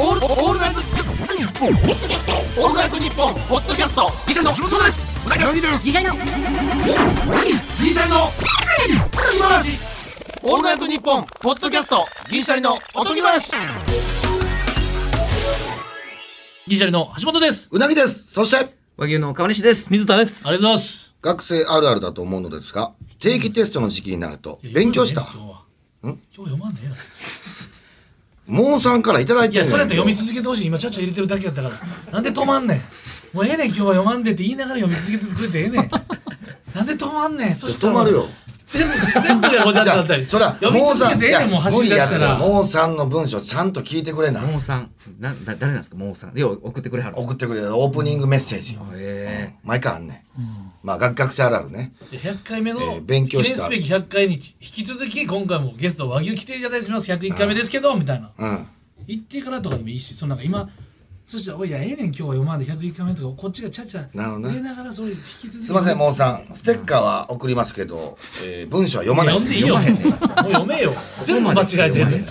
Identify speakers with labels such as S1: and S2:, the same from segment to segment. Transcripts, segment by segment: S1: オールオールナイトニッポンオールナイトニッポンポッドキャストギシャリの木本そうですうなぎの
S2: 次回の
S1: ギシャリの今話オールナイトニッポンポッドキャストギシャリのおとぎ話
S3: ギリシャリの橋本です。
S4: うなぎです。そして、
S5: 和牛の川西です。
S6: 水田です。
S3: ありがとうございます。
S4: 学生あるあるだと思うのですが、定期テストの時期になると、勉強した
S3: 今。日は今日読まんねえな。
S4: モーさんからいただい
S3: い
S4: て
S3: や、
S4: んねん
S3: それやったら読み続けてほしい。今、ちゃっちゃ入れてるだけやったから。なんで止まんねん。もうええねん、今日は読まんでって言いながら読み続けてくれてええね ん。なんで止まんねん。そしたら
S4: 止まるよ。
S3: 全部、全部がごちゃっ
S4: い
S3: と
S4: や
S3: なったり。
S4: そりゃ、
S3: 読み
S4: モーさ
S3: 続け
S4: ん、
S3: てええねん、もう走
S4: 無
S3: り
S4: 理
S3: 出
S4: やっ
S3: したた
S4: ら、
S3: ら。
S4: モーさんの文章ちゃんと聞いてくれな。
S5: モーさん、な、だ、誰なんですか、モーさん。よう送ってくれはる。
S4: 送ってくれるオープニングメッセージ。
S5: え
S4: 毎回あんねん。まあ、学学生あるあるね。
S3: 100回目の、
S4: えー勉強した
S3: 記念すべき100回に引き続き、今回もゲスト和牛来ていただいてます。101回目ですけど、みたいな。
S4: うん。
S3: 行ってからとかでもいいし、そのなんか今、そしたら、おいいや、ええねん、今日は読まんで101回目とか、こっちがちゃちゃ
S4: なるほどね
S3: 入れながら、それ引き続き。
S4: すいません、モーさん。ステッカーは送りますけど、えー文章は読まない
S3: 読んでいいよ。もう読めよ。全部間違えてんねん。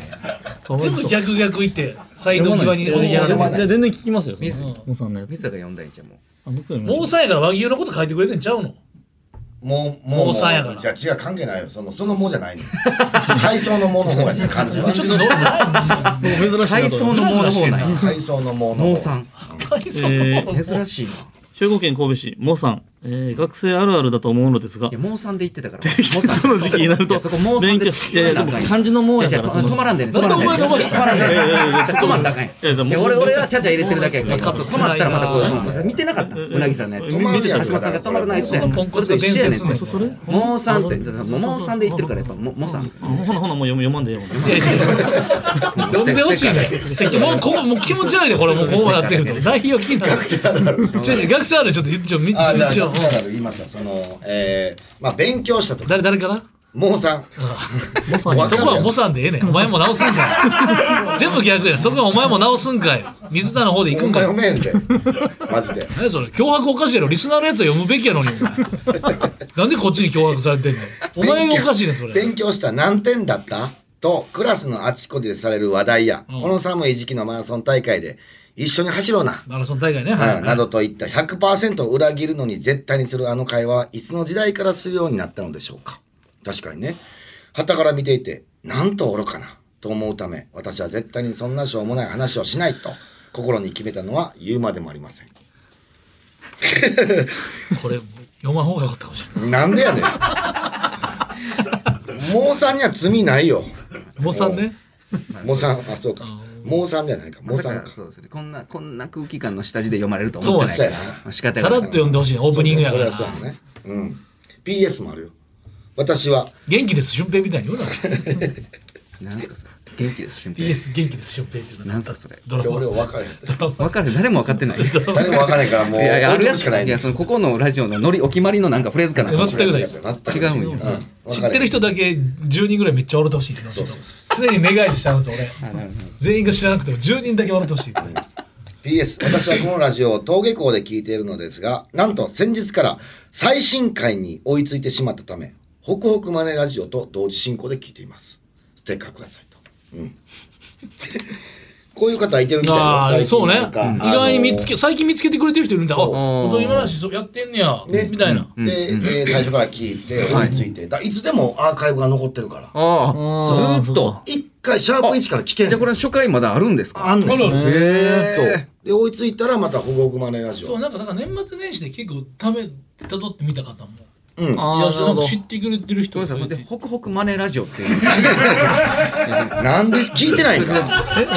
S3: 全部逆逆言って、サイド際におじぎやら
S4: 読
S3: れて
S4: ま
S3: る。
S4: ない
S6: いや全然聞きますよ。モ
S5: 水
S6: ーさんのや
S5: ー、
S6: つ。
S5: 水田が読んだんじゃんもう。
S6: あ僕より
S3: もうさんやから和牛のこと書いてくれてんちゃうの
S4: もう、
S3: モ
S4: も
S3: ー
S4: う、
S3: さんやから
S4: じゃ違う、関係ないよ。その、そのもうじゃないねん階層のもの方やね ん、感じは
S3: ち。ょっとどうない
S6: 珍しいなと思って。
S5: 体操のモーの方なんや。
S4: 階層のもの
S5: モ
S4: 方
S5: ーさん、
S3: 大層
S6: えー
S5: 珍しいな。い
S6: 兵庫県神戸市、モーさん、えー学生あるあるだと思うのですが
S5: や、、モーさんで言ってたから。モ
S6: テキストの時期になる
S5: い
S6: と
S5: やそこモーさん
S6: 勉
S5: で
S6: 強いやいやでも漢字のモーやから
S5: じゃじゃ止まらんでね止まらんでね
S3: なんでお前が
S5: 止まらんでね
S6: いやいやいや
S5: じゃあ止まったらあかんや
S6: いやでも
S5: いや俺俺はちゃちゃ入れてるだけやから
S3: もう
S5: そう止まったらまたこ
S3: もう
S5: ううん見てなかったうなぎさんのやつ
S6: 見見てた
S5: 橋本さんが止まらないって
S3: そのポンコツの伝説ね
S5: それと一緒やねんてモーさんってモーさんで言ってるからやっぱモモさん
S6: ほなほなほなもう読む読まんでよ。
S3: 読んでほしいねん。もうここもう気持ち悪いでこれもうこうやってると。内容気になる。ちょいちょい学生あるちょっと言ってちょ見 て
S4: あじゃあ
S3: ち
S4: じゃ
S3: ょ
S4: あじゃあ言いますよそのえー、まあ勉強したと
S3: 誰誰から
S4: モーさんモさ
S3: そこはモさんでええねん。お前も直すんかい。全部逆やん。そこはお前も直すんかい。水田の方で行く
S4: ほん
S3: ん
S4: ま
S3: か
S4: 読。めへ
S3: い
S4: んで マジで
S3: 何やそれ脅迫おかしいやろリスナーのやつは読むべきやのにお前 なんでこっちに脅迫されてんのお前がおかしいねんそれ
S4: 勉強した何点だったとクラスのあちこちでされる話題や、この寒い時期のマラソン大会で一緒に走ろうな、
S3: マラソン大会ねはい
S4: うんなどといった100%を裏切るのに絶対にするあの会話はいつの時代からするようになったのでしょうか確かにね旗から見ていてなんと愚かなと思うため私は絶対にそんなしょうもない話をしないと心に決めたのは言うまでもありません
S3: これ読まん方がよかったかもしれ
S4: なんでや ねんモーさんには罪ないよ
S3: ないもうさんね
S4: モーさんあそうかモーさんじゃないかモ
S5: ま
S4: ー
S5: さ
S4: さん
S5: か
S4: か
S5: そうですねこんなこんな空気感の下地で読まれると思ってない
S3: そう
S4: やそうや
S5: まあ仕方
S3: さ
S5: が
S3: らっ
S5: な
S3: と
S5: い
S3: 読んでほしいねオープニングや
S4: そ
S3: か
S4: れ
S3: ら
S4: はそうやねうん PS もあるよ私は
S3: 元気です俊平みたいに言うな
S5: なんすかそれ元気です俊平
S3: PS 元気です俊平っていうの
S5: なんすかそれ
S3: ドラ
S4: じゃあ
S3: マ
S4: 俺は分かれへん
S5: 分かる誰も分かってない
S4: 誰も分からへんからもう
S5: いやいや、ある
S4: 俺
S5: や
S4: し
S5: つ
S4: かない
S5: い
S4: ね
S5: や、その、ここのラジオのノリ、お決まりのなんかフレーズかな。
S3: 全くな
S4: 違
S3: いで
S4: う
S3: す
S5: 違
S4: 違う
S5: う
S4: う
S5: んよ。
S4: ん
S3: 知ってる人だけ10人ぐらいめっちゃ笑ってほしいけどちょっと常に目返りしたんです俺全員が知らなくても10人だけ笑ってほしい
S4: PS 私はこのラジオを登下校で聞いているのですがなんと先日から最新回に追いついてしまったためホクホクマネラジオと同時進行で聞いていますステッカーくださいと、うん、 こういう方いてるみたい
S3: ああそうね意外に見つ
S4: け
S3: け最近見つけてくれてる人いるんだあ
S4: そう
S3: 本当に今らしそうやってんねや
S4: ね
S3: みたいな
S4: で、えー最初から聞いて追いついて、い、だいつでもアーカイブが残ってるから
S5: ああ、
S6: ー
S5: ずーっと。
S4: 一回シャープ1から聞けん
S5: じゃあ、これ
S4: れ
S5: 初回まだあるんですか
S4: あんねん
S3: あら
S5: へ
S4: そう
S5: え。
S4: で追いついたらまたホクホクマネラジオ
S3: そうなんかだから年末年始で結構ためたどってみた方も
S4: うん
S3: い
S6: あ
S3: や
S6: あ、
S3: そうなんか知ってくれてる人
S5: ごめんなさい、ほん
S3: い
S5: で、
S3: て
S5: ホクホクマネラジオっていう。
S4: なんで聞いてないんか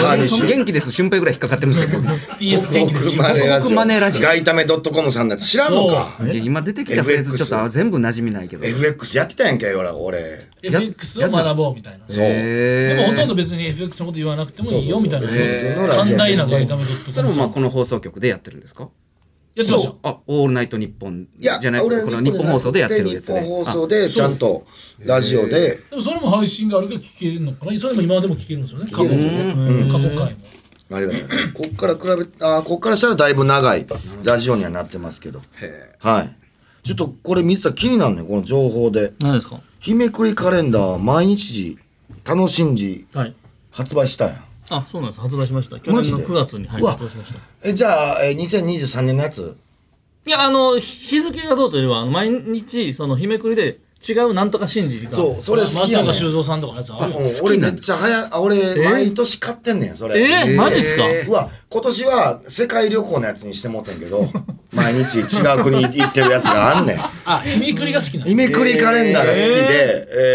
S4: 川西
S5: 元気です、俊平ぐらい引っかかってるんですよ。
S3: PS 元気です
S4: マネラ
S5: 僕マネラ
S4: ジ
S5: ジ
S4: オ。
S5: オ
S4: ガイタメ .com さんのやつ知らんのか。
S5: 僕今出てきたフレーズ、ちょっとあ全部馴染みないけど。へ
S4: FX やってたやんけ、俺。俺
S3: FX を学ぼうみたいな
S4: そう。
S3: でもほとん
S5: え。
S3: ど別に FX のこと言わなくてもいいよみたいな
S4: そうそうそう
S3: そう
S4: そうラジオ
S3: 寛大な外為ドット
S5: それもまあこの放送局でやってるんですか
S3: やってました
S5: あ、オールナイトニッポン
S4: い
S5: じ
S4: や、
S5: ゃない、こ
S4: 俺
S5: の日本放送でやってるやつ
S4: 日
S5: ね。
S4: 本放送でちゃんとラジオで。
S3: でもそれも配信があるから聞けるのかなそれも今でも聞けるんですよね過去
S4: 聞けるんですよね
S3: 過去回も
S4: ありがたいです。こっから比べ、あーこっからしたらだいぶ長いラジオにはなってますけど。はい。ちょっとこれ水田気になるね、この情報で。
S6: 何ですか
S4: 日めくりカレンダー毎日楽しんじ
S6: はい。
S4: 発売したやん。
S6: あ、そうなんです。発売しました。去
S4: マ
S6: 年
S4: ジ
S6: の
S4: で
S6: 9月に、はいう
S4: わ
S6: 発売しました。
S4: えじゃあ、えー、2023年のやつ
S6: いや、あの、日付がどうというよりは、あの毎日、その、日めくりで、違うなんとか信じが。
S4: そうそれ好きやねん
S3: 松岡修造さんとかのやつあるよ
S4: うん俺めっちゃはやあ俺
S6: ー
S4: 毎年買ってんねんそれ
S6: えー、マジっすか
S5: え
S4: うわ今年は世界旅行のやつにしてもうてんけど毎日違う国行ってるやつがあんねん
S3: あ日めくりが好きな
S4: 日めくりカレンダーが好きで、え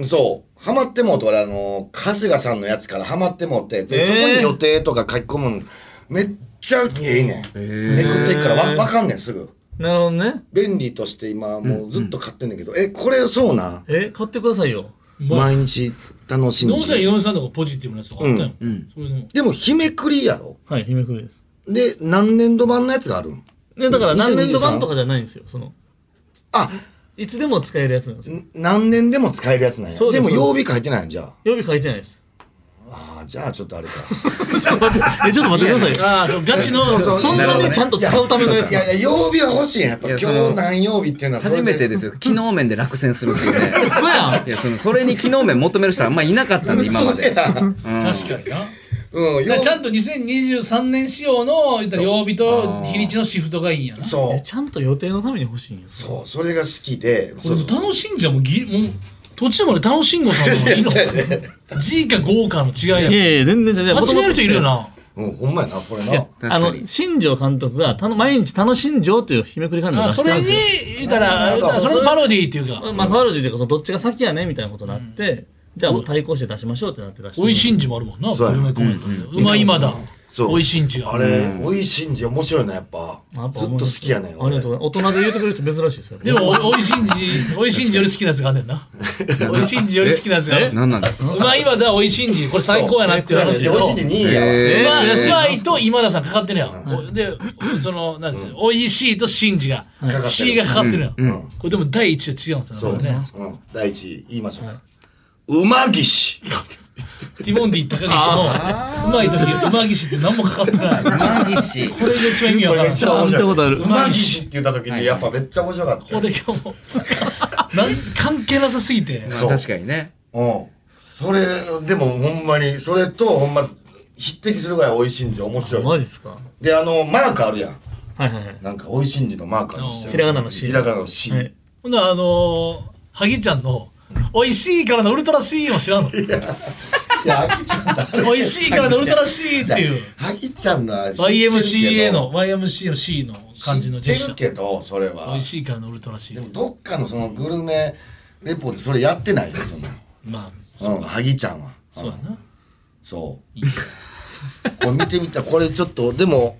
S4: ーそうハマってもうと俺あの春日さんのやつからハマってもうてで
S6: えー
S4: そこに予定とか書き込むのめっちゃええねん、めくってっからわわかんねんすぐ
S6: なるほどね。
S4: 便利として今もうずっと買ってんねんけど、えこれそうな
S6: え、買ってくださいよ。
S4: 毎日楽しん
S3: 野下
S4: で
S3: 井上さんとかポジティブなやつとかあったよ、そういうの
S4: でも日めくりやろ
S6: はい、日めくりです。
S4: で何年度版のやつがあるん
S6: ね、だから何年度
S4: 2023
S6: 版とかじゃないんですよ。その、
S4: あ
S6: いつでも使えるやつなんですよ。
S4: ん何年でも使えるやつなんや
S6: そう
S4: で
S6: です
S4: も曜日書いてないんじゃあ
S6: 予備書いてないです。
S4: あーじゃあちょっとあれか
S6: ちょっと待って、 え、ちょっと待ってくださいよ。
S3: ああそうガチの
S4: そうそう
S6: そんなにちゃんと使うためのやつ
S4: い。やいや曜日は欲しいんやっぱ
S5: いや
S4: 今
S5: その
S4: 日何曜日っていうのはそれ
S5: 初めてですよ機能面で落選するっていうね
S6: 嘘や
S5: いやそのそれに機能面求める人はあんまいなかったんで今まで、
S4: 嘘やん
S5: うん
S3: 確かにな
S4: うん
S3: だから
S4: 曜
S3: ちゃ
S4: 日
S3: んと2023年仕様の言ったら曜日と日にちのシフトがいいんやなこ
S4: そ
S6: ん。え、
S4: う
S6: ちゃんと予定のために欲しいんや。
S4: そうそれが好きで
S3: れ
S4: そう
S3: 楽しんじゃもうぎもう途中まで楽しんごさんの方がいいの G か豪華の違いや
S6: いやいや、全然全然。
S3: 間違える人いるよな
S4: うんほんまやなこれ
S6: いや
S4: な、
S5: 確
S6: あ
S5: か
S6: の
S5: に、
S6: 新庄監督が、たの毎日楽しんじょうという日めくりカレンダーを
S3: あ
S6: 出し
S3: そ
S6: た
S3: れ
S6: ん
S3: に
S6: ですよ。
S3: 言ったら
S4: なるほど
S3: それのパロディーっていうか
S6: まあ、パロディというか、そのどっちが先やねみたいなことになって、じゃあもう対抗して出しましょうってなって出して。
S3: おいしんじもあるもんな
S4: そうや
S3: グルメコメントでうまいまだ
S4: そう
S3: おいしんじが
S4: あれ美味しいんじゃ面白いなやっぱ
S6: やぱ
S4: ずっと好きやねん
S6: ありが
S4: 俺
S6: とうございます。大人で言うてくれる人珍しいですよ。
S3: でもおおいしんじおいしんじより好きなやつがあんねんなおいしんじより好きなやつがある
S5: 何な んですか
S3: うまいまだおいしんじこれ最高やなっていう話
S4: 美
S3: やけ
S4: 味
S3: ど
S4: しいんじ2位やわ
S5: えー
S3: まあ、うまいと今田さんかかってるやん。おで、その、なんですよ、おいしいとしんじが
S4: かかっ、てる
S3: C がかかってるやん。
S5: うん
S3: これでも第一と違うんですよ。
S4: そう
S3: これね。
S4: うん、第一位言いましょう、うまぎし
S3: ティモンディ高岸の、うまい時、うまぎしって何もかかってない。こ
S5: マギシ
S3: れが一番意味
S4: こ
S3: わか
S4: れめ
S3: らな
S4: っ
S3: い。
S4: ちゃ面白い
S6: 聞いたことある
S4: うまぎしって言った時にやっぱめっちゃ面白かった
S3: これがもう、なん関係なさすぎて。
S5: まあ
S4: そう
S5: 確かにね
S4: うんそれでもほんまにそれとほんま匹敵するぐらい美味しいんじゃ面白い
S6: マジっすか。
S4: であのマークあるやん
S6: はいはいはい。
S4: なんか美味しいんじのマークあるのしてる
S6: ひらがなの C
S4: ひらがなの C、
S6: はい
S3: ほんならあのー、ハギちゃんの、おいしいからのウルトラ C も知らんの。
S4: いやあきちゃんだ
S3: おいしいからのウルトラ C っていう。
S4: あきちゃんの
S3: YMCA の、YMCA の C の感じの
S4: 知
S3: ジェ
S4: っ
S3: ス
S4: て
S3: チャ
S4: る
S3: ー。
S4: けどそれは
S3: 美味しいからのウルトラ C
S4: でもどっかのそのグルメレポでそれやってないよそんな
S3: まあ
S4: うんはぎちゃんは
S3: そうやな
S4: そう。これ見てみた。これちょっと、でも、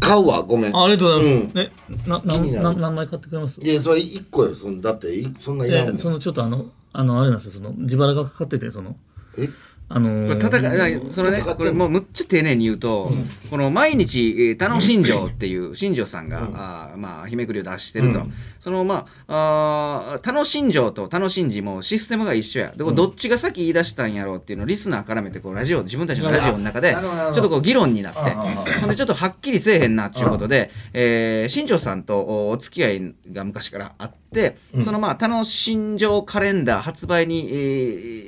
S4: 買うわ。ごめん。
S6: あありがとうございます。
S4: うん
S6: え、な、な、
S4: 気になる
S6: な何枚買ってくれます
S4: いや、それ一個よ。そのだって、いそんないらんも
S6: え
S4: ん。
S6: そのちょっとあの、あの、あれなんですよ、その、自腹がかかってて、その、
S4: え
S6: あのー、
S5: 戦いそれね
S4: 戦ってんの
S5: これもうむっちゃ丁寧に言うと、この毎日えー楽しんじょうっていう新庄さんが、あーまあ日めくりを出してると、
S4: うん
S5: そのまああー楽しんじょうと楽しんじもシステムが一緒やでこれどっちが先言い出したんやろうっていうのをリスナー絡めてこうラジオ自分たちのラジオの中でち
S4: なるほどなる
S5: ょ
S4: ほど
S5: っとこう議論になって
S4: ああ
S5: ほんでちょっとはっきりせえへんなっていうことで、えー新庄さんとおお付き合いが昔からあって、そのまあ楽しんじょうカレンダー発売に、え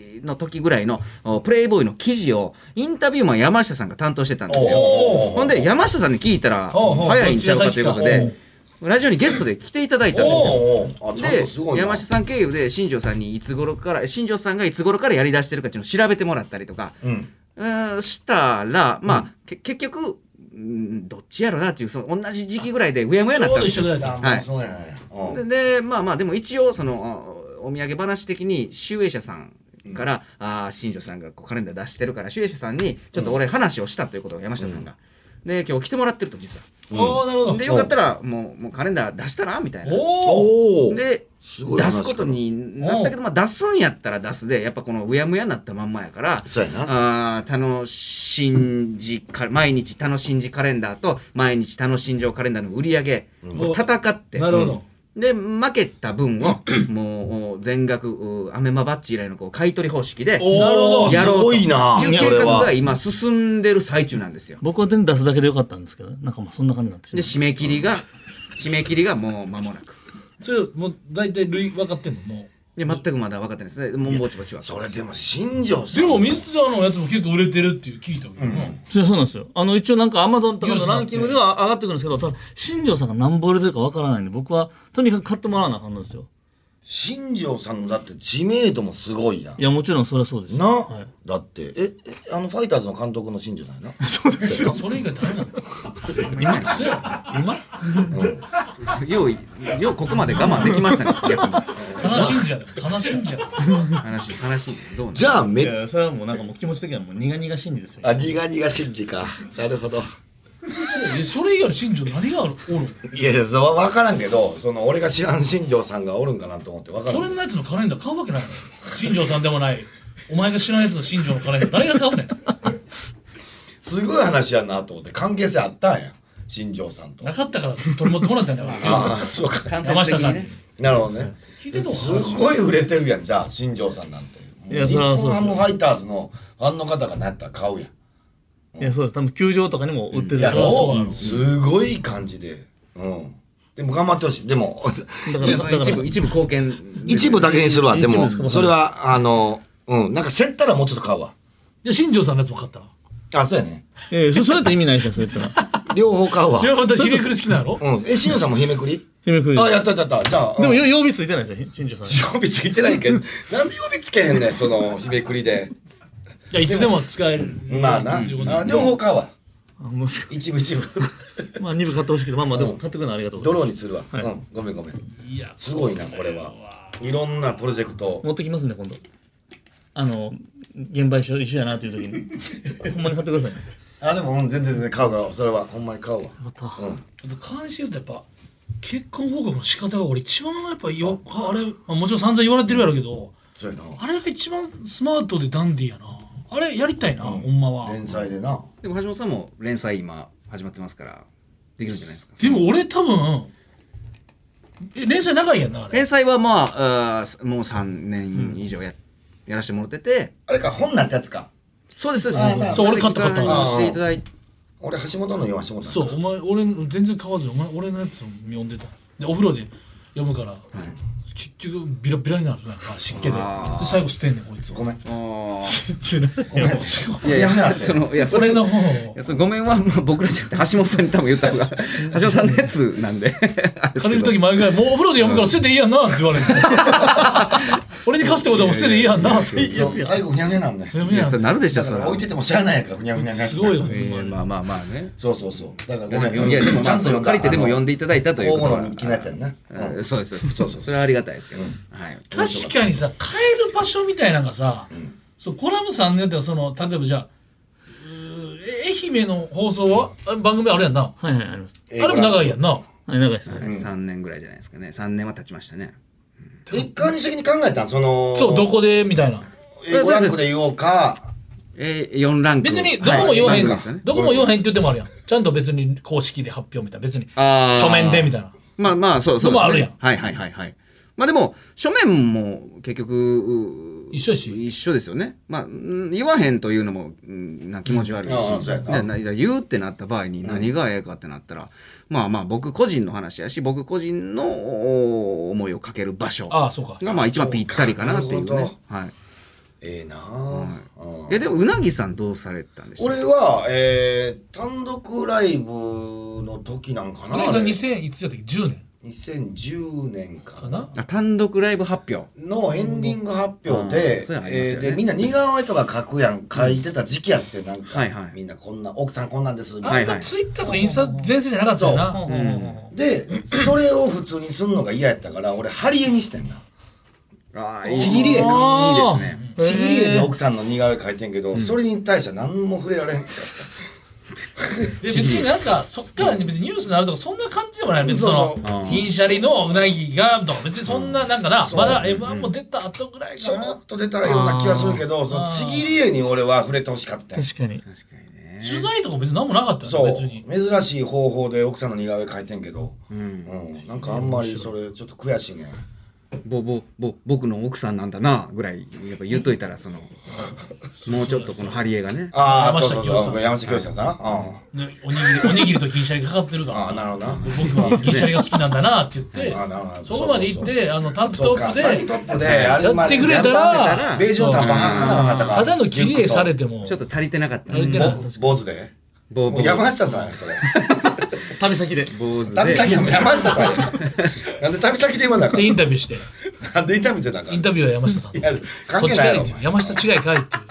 S5: ーの時ぐらいのおプレイボーイの記事をインタビューマン山下さんが担当してたんですよ。
S4: お
S5: ほんで、山下さんに聞いたら
S3: おうおう
S5: 早いんちゃうかということ
S4: どっち
S5: でラジオにゲストで来ていただいたんですよ。
S4: おうおうあ、ちゃん
S5: で
S4: とすごいな。
S5: 山下さん経由で新庄さんにいつ頃から新庄さんがいつ頃からやりだしてるかっていうのを調べてもらったりとか、
S4: うん。
S5: うーんしたらまあ、け結局うんどっちやろなっていうその同じ時期ぐらいでうやむやにな
S3: ち
S5: っ
S3: ょう
S5: たん
S3: ど
S5: で
S3: 一
S5: す
S3: 緒
S5: よ
S3: ぐ
S4: あ
S3: らいだ
S4: ま
S5: は
S4: あ、
S5: い
S4: そうやね。う
S5: で
S4: ん
S5: でまあまあでも一応そのあおお土産話的に集英社さんから、あー新庄さんがこうカレンダー出してるから集英社さんにちょっと俺話をしたということを山下さんが、で今日来てもらってると実は
S3: おおなるほど
S5: でよかったらもうもうカレンダー出したらみたいな
S3: おお
S4: おお。
S5: です
S4: ごい
S5: 出
S4: 話
S5: すことになったけど、まあ、出すんやったら出すでやっぱこのうやむやになったまんまやから
S4: そうやな。
S5: あー楽しんじか毎日楽しんじカレンダーと毎日楽しんじょうカレンダーの売り上げ、
S3: ん
S5: これ戦って
S3: なるほど
S5: で負けた分 をもう全額うアメマバッジ以来のこう買い取り方式で
S4: おーなるほど
S5: やろうと
S4: すごいな
S5: いう計
S4: それ
S5: 画
S4: は
S5: が今進んでる最中なんですよ。
S6: 僕は手に出すだけでよかったんですけどね、なんかまあそんな感じになってしま
S5: で締
S6: う
S5: め切りが締め切りがもう間もなく。
S3: それもう大体類分かってんのも
S5: いや全くまだ分かってないですねもうぼちぼちは
S4: それでも新庄さ
S3: で
S4: ん
S3: もミスターのやつも結構売れてるっていう聞いたけどな、
S6: そそうなんですよあの一応なんかアマゾンとか
S3: ニュー
S6: の
S3: スになっ
S6: ラ
S3: て
S6: ンキングでは上がってくるんですけどただ新庄さんが何本売れてるかわからないんで僕はとにかく買ってもらわなあかんのですよ
S4: 新庄さんのだって知名度もすごいやん
S6: いやもちろんそれはそうですよ
S4: な、
S6: はい
S4: だってええあのファイターズの監督の新庄さんやな
S3: それ以外誰なの
S5: 今
S3: そうや
S6: 今
S5: ようようここまで我慢できましたね逆に
S3: ろ悲しいんじゃん悲しいんじゃん
S5: 話話どうなの
S4: じゃあめっ
S6: やそれはもうなんかもう気持ち的にはもう苦々しいんですよ
S4: あ苦々新庄かなるほど
S3: そういやそれ以外の新庄何があるおるの
S4: いやいやそれは分からんけどその俺が知らん新庄さんがおるんかなと思って分からん
S3: それのやつのカレンダー買うわけないの新庄さんでもないお前が知らんやつの新庄のカレンダー誰が買うねん
S4: すごい話やなと思って関係性あったんや新庄さんと
S3: なかったから取り持ってもらったんだから
S4: ああそうか
S5: 間
S3: 山
S5: 接
S3: 下
S5: 的
S3: さ
S5: に
S3: んに
S5: ね
S4: なるほどね
S3: 聞いてんの
S4: すごい売れてるやんじゃあ新庄さんなんて
S6: いや
S4: 日
S6: そりゃそう
S4: 本
S6: ですよ
S4: ハムファイターズのファンの方がなったら買うやん
S6: いやそうです多分球場とかにも売ってる
S4: や
S6: し、
S3: そりゃそう
S4: ろ
S3: や
S4: う
S3: ろ
S4: んすごい感じでうんでも頑張ってほしいでも
S6: だから
S5: その
S6: だか
S5: 一
S6: ら
S5: 部一部貢献
S4: 一部だけにするわで
S6: 一部
S4: も
S6: ですか
S4: それはあのうんなんか競ったらもうちょっと買うわ
S3: じゃあ新庄さんのやつも買ったら
S4: あそうやね
S6: ええそそうやって意味ないですよそうやったら
S4: 両方買うわ
S3: いやまたひねくり好きなの
S4: うんえ新庄さんもひめくり
S6: ひめくり
S4: あやったやったやったじゃあ
S6: でも
S4: うん
S6: よ曜日ついてないですよ新庄さん
S4: 曜日ついてないけどなんで曜日つけへんねんそのひめくりで
S3: いやいつでも使える
S4: まあな
S3: ということ
S4: あ両方買うわ
S6: あもう
S4: 一部一部
S6: まあ二部買ってほしいけどまあまあでも
S4: うん
S6: 買ってくるのはありがとうござ
S4: ド
S6: い
S4: ロ
S6: ます
S4: ーにするわ、
S6: はい
S4: うんごめんごめん
S3: いや
S4: すごいなこれはいろんなプロジェクト
S6: 持ってきますんで今度あの現場一緒一緒やなという時にほんまに買ってくださいね
S4: あでも、うん、全然全然買う買うそれはほんまに買うわ
S6: よかった
S4: うん
S3: あと監修ってやっぱ結婚報告の仕方が俺一番やっぱよあれ、まあ、もちろん散々言われてるやろうけど
S4: そうやな
S3: あれが一番スマートでダンディーやなあれやりたいな、ほんまは
S4: 連載でな
S5: でも橋本さんも連載今始まってますからできるんじゃないですか
S3: でも俺多分え連載長いやんなあれ
S5: 連載はまああーもう3年以上や,、やらせてもらってて
S4: あれか本なったやつか
S5: そうです
S4: あーな
S3: そう俺買った買った
S5: していただいて
S4: 俺橋本の読ましてもらった
S3: そうお前俺全然買わずにお前俺のやつを読んでたでお風呂で読むから、結局ビラビラになるなんか湿気でで
S5: あー
S3: 最後捨てんねんこい つを
S4: ごめん
S5: あー
S4: ごめん
S5: い やい
S4: やめなっ
S5: や、
S4: て
S5: その、いや、それ
S3: 俺
S5: の。
S3: の方
S5: い
S3: を
S5: やそのごめんは、まあ、僕らじゃなくて橋本さんに多分言った方が橋本さんのやつなんであれですけど
S3: 借りる時毎回「もうお風呂で読むから捨てていいやんな」って言われる俺に貸すってことはもう捨てていいやんなって
S4: そう最後ふにゃふにゃなんだよ
S5: いやそれなるでしょ
S4: だ
S5: そ
S4: か
S5: れ
S4: ら置いてても知らないやからふにゃふにゃなやつ
S3: すごいよほんま
S5: え
S3: に
S5: ーまあまあまあね
S4: そうそうそうだから
S5: いや
S4: ごめん
S5: でもいやでもまあそれを借りてでも読んでいただいたということ
S4: 交
S5: は
S4: 互の日記のやつやんな
S5: あそうです
S4: そうそう
S5: それはありがたいですけど、はい
S3: 確かにさ変える場所みたいなのがさ、そうコラムさんのやつはその例えばじゃあうー愛媛の放送はあ番組あれやんな
S6: はいはいあります
S3: あれも長いやんな
S6: はい長いです
S5: はい、3年ぐらいじゃないですかね3年は経ちましたね
S4: 一貫に主義に考えたんその
S3: そうどこでみたいな
S4: A5 ランクで言おうか
S5: えー、4ランク
S3: 別にどこも言わへん、
S5: はい番組ですよね
S3: どこも言わへんって言ってもあるやんちゃんと別に公式で発表みたいな別に
S5: あー
S3: 書面でみたいな
S5: まあまあそうそう
S3: のもあ
S5: ですね
S3: るやん
S5: はいはいはいはいまあでも書面も結局う
S3: 一緒やし
S5: 一緒ですよねまあうん言わへんというのもうんな気持ち悪いし、
S4: うんああそうやな
S5: ねな言うってなった場合に何がええかってなったら、まあまあ僕個人の話やし僕個人のお思いをかける場所
S3: ああそうか
S5: がまあ一番ぴったりかなっていう
S4: そうかなる
S5: ね
S4: ほ。
S5: はい。
S4: ええな
S5: え
S4: あ
S5: でもうなぎさんどうされたんでしょう。
S4: 俺はえー単独ライブの時なんかな
S3: 金井さん
S4: あれ
S3: 2000いつやったっけ10年
S4: 2010年か
S3: か
S4: な
S3: な
S5: あ単独ライブ発表。
S4: のエンディング発表
S5: あー
S4: で,、
S5: そういうのあります
S4: え
S5: よ
S4: ー
S5: ね
S4: でみんな似顔絵とか書くやん書いてた時期やってなんか、
S5: はいはい
S4: みんなこんな奥さんこんなんですみたいな
S5: は
S3: あ
S5: い
S3: んなツイッターとかインスタ全盛じゃなかったよなう
S6: う
S3: んん
S4: でそれを普通にすんのが嫌やったから俺貼り絵にしてんな
S5: ああいい
S4: ちぎり絵か
S5: いいですね。
S4: ちぎり絵で奥さんの似顔絵描いてんけど、それに対して何も触れられへんかった
S3: で別になんかそっから別にニュースになるとかそんな感じでもない別にそ
S4: そう
S5: そううん
S3: の銀シャリのうなぎがとか別にそんななんかな
S4: そう
S3: まだ M1 も出た後ぐらい
S4: ちょ
S3: か
S4: ろ
S3: な
S4: っと出たような気はするけど
S3: あー
S4: そのちぎり絵に俺は触れてほしかったんや
S6: 確かに
S5: 確かにね。
S3: 取材とか別に何もなかったよ
S4: そう
S3: ね別に
S4: 珍しい方法で奥さんの似顔絵描いてんけど、
S5: うん。
S4: うん、なんかあんまりそれちょっと悔しいね
S5: ぼぼぼ僕の奥さんなんだなぐらいやっぱ言っといたらそのもうちょっとこの張り絵がね
S4: ああ、
S3: 山
S4: そうそう
S3: 下清さん
S4: そう。山下清さんな。あ
S3: ねおにぎりおにぎりと銀シャリがかかってるから
S4: あ、
S3: さ
S4: なるほどな。
S3: 僕は銀シャリが好きなんだなって言っ て
S4: あなるほど
S3: そこまで行っ
S4: そうそう
S3: てあのタンプ
S4: そ
S3: ト
S4: うか、
S3: ップ
S4: タンク
S3: で
S4: トップで、あれ
S3: やってくれた
S5: やってた
S3: ら
S5: ら
S4: ベージュの短パン履かなかったから。
S3: ただの綺麗されても
S5: ちょっと足りてなかった
S3: 足りてな
S4: 坊
S3: い
S4: 主。坊主で。
S5: ぼ
S4: も
S5: ぼ
S4: う山下さんや、それ。
S6: 旅先で。
S5: 坊主
S4: 旅
S5: で
S4: 先でも山下さん や。なんで旅先で今だか
S3: でイ
S4: ら。
S3: ンタビューして
S4: なんでインタビューしてたんか
S3: イン。タビューは山下さん
S4: いや、
S3: そ
S4: 関
S3: っ
S4: 係
S3: ち
S4: な
S3: か
S4: いや
S3: い
S4: ろ
S3: っ。ていう山下違いかいっていう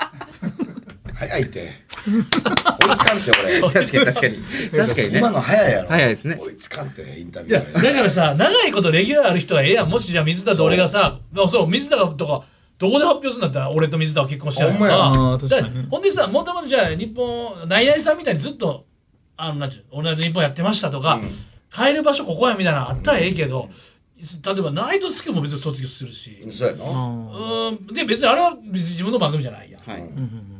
S4: 早いって。追いつかんって、俺。
S5: 確かに確かに確かにね
S4: 今の早いやろ。
S5: 早いですね
S4: 追いつかんって、インタ
S3: い
S4: ビ
S3: や
S4: ュー。
S3: だからさ長いことレギュラーある人はええやんもしじゃあ水田と俺がさそうそう水田とかどこで発表するんだったら俺と水田は結婚したいと
S4: ほ
S6: んまやな
S3: か
S6: 確
S3: だ
S6: か
S3: から
S6: にね
S3: ほんでさもともとじゃあ日本ナイナイさんみたいにずっと「あのなんちゅうオールナイト日本やってました」とか、帰る場所ここやみたいなのあったらええけど、例えばナイトスクールも別に卒業するし、
S4: そうやな。
S3: うんで別にあれは別に自分の番組じゃないやん
S5: はい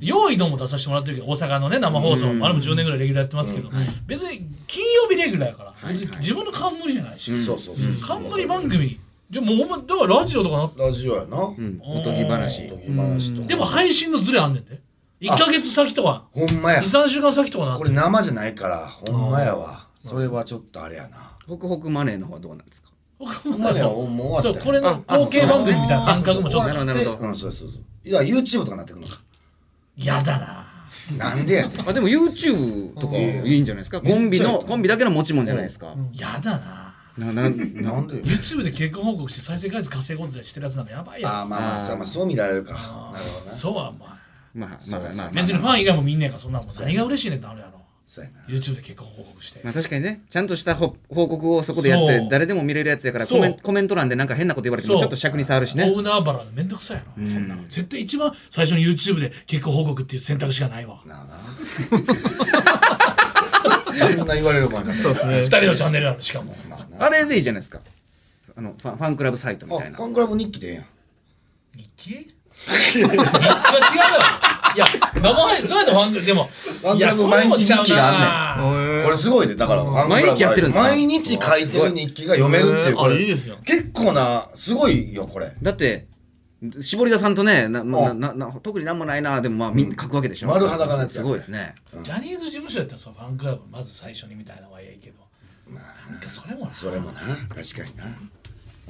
S3: 用意どんも出させてもらってるけど大阪のね生放送、あれも10年ぐらいレギュラーやってますけど、別に金曜日レギュラーやから、
S5: い
S3: 別に自分の冠じゃないし、
S4: そうそうそう。
S3: 冠番組でもほんまだからラジオとかな
S4: ラジオやな。お
S5: うんおとぎ話
S4: とぎ話とか
S3: でも配信のズレあんねんで1か月先とか
S4: ほんまや。
S3: 23週間先とかな
S4: これ生じゃないから、ほんまやわ。それはちょっとあれやな。
S5: ホクホクマネーの方はどうなんですか
S4: ほんまや、もう終
S3: そ
S4: わ
S3: う
S4: ったよ。
S3: これの後継番組みたいな感覚もちょっ
S5: なる
S3: と
S5: ほどなるほど
S4: うん、そうそうそう。いや、YouTube とかなってくるのか。
S3: 嫌だな
S4: なんでやねん。
S5: あでも YouTube とかいいんじゃないですかコンビ
S4: めっちゃい
S5: の
S4: い
S5: コンビだけの持ち物じゃないですか
S3: 嫌だな
S5: ななな
S4: なんでよ。
S3: YouTube で結婚報告して再生回数稼いことしてるやつなんかやば
S4: あ
S3: いや
S4: あ、まあまあ、そうまあそう見られるか。なるほど
S3: ん
S4: な。
S3: そうはお前
S5: まあまあまあまあまあ
S3: 別にファン以外もみんねえからそんなもん何が嬉しいねんってあるやろ
S4: そうやな。
S3: YouTube で結婚報告して
S5: まあ確かにねちゃんとしたほ報告をそこでやっ
S3: そ
S5: て
S3: う
S5: 誰でも見れるやつやから
S3: そう
S5: コメンコメント欄でなんか変なこと言われて
S3: そ
S5: も
S3: う
S5: ちょっと尺に触るし
S3: 大
S5: ね
S3: 海原でめんどくさいやろ、そんなの絶対一番最初に YouTube で結婚報告っていう選択肢がないわ
S4: なあな。そんな言われるもんだ
S6: そうです
S3: 二
S6: ね。
S3: 人のチャンネルなのしかも
S4: まあな。
S5: あれでいいじゃないですかあのファンファンクラブサイトみ
S4: あ、
S5: たいな
S4: ファンクラブ日記でええやん。
S3: 日記日記は違うよいや生配それやとファンクでも
S4: ファン
S3: い
S4: ク
S3: や
S4: ラブ
S3: それ
S4: 毎
S3: も
S4: 日
S3: ちゃう
S4: 日記が
S3: な
S4: あんねん。これすごいね。だから、ファンクラブは
S5: 毎日やってるんですか
S4: 毎日書いてる日記が読めるっていう、こ
S6: あ、いい
S4: れ。
S6: ですよ。
S4: 結構な、すごいよ、これ。
S5: だって絞り出さんとねなななな特になんもないなでもまあみんな書くわけでしょ
S4: 丸裸のやつや
S5: すごいですね
S3: ジャニーズ事務所やったらそのファンクラブまず最初にみたいなのはええけどなんかそれもな
S4: それもな、確かにな。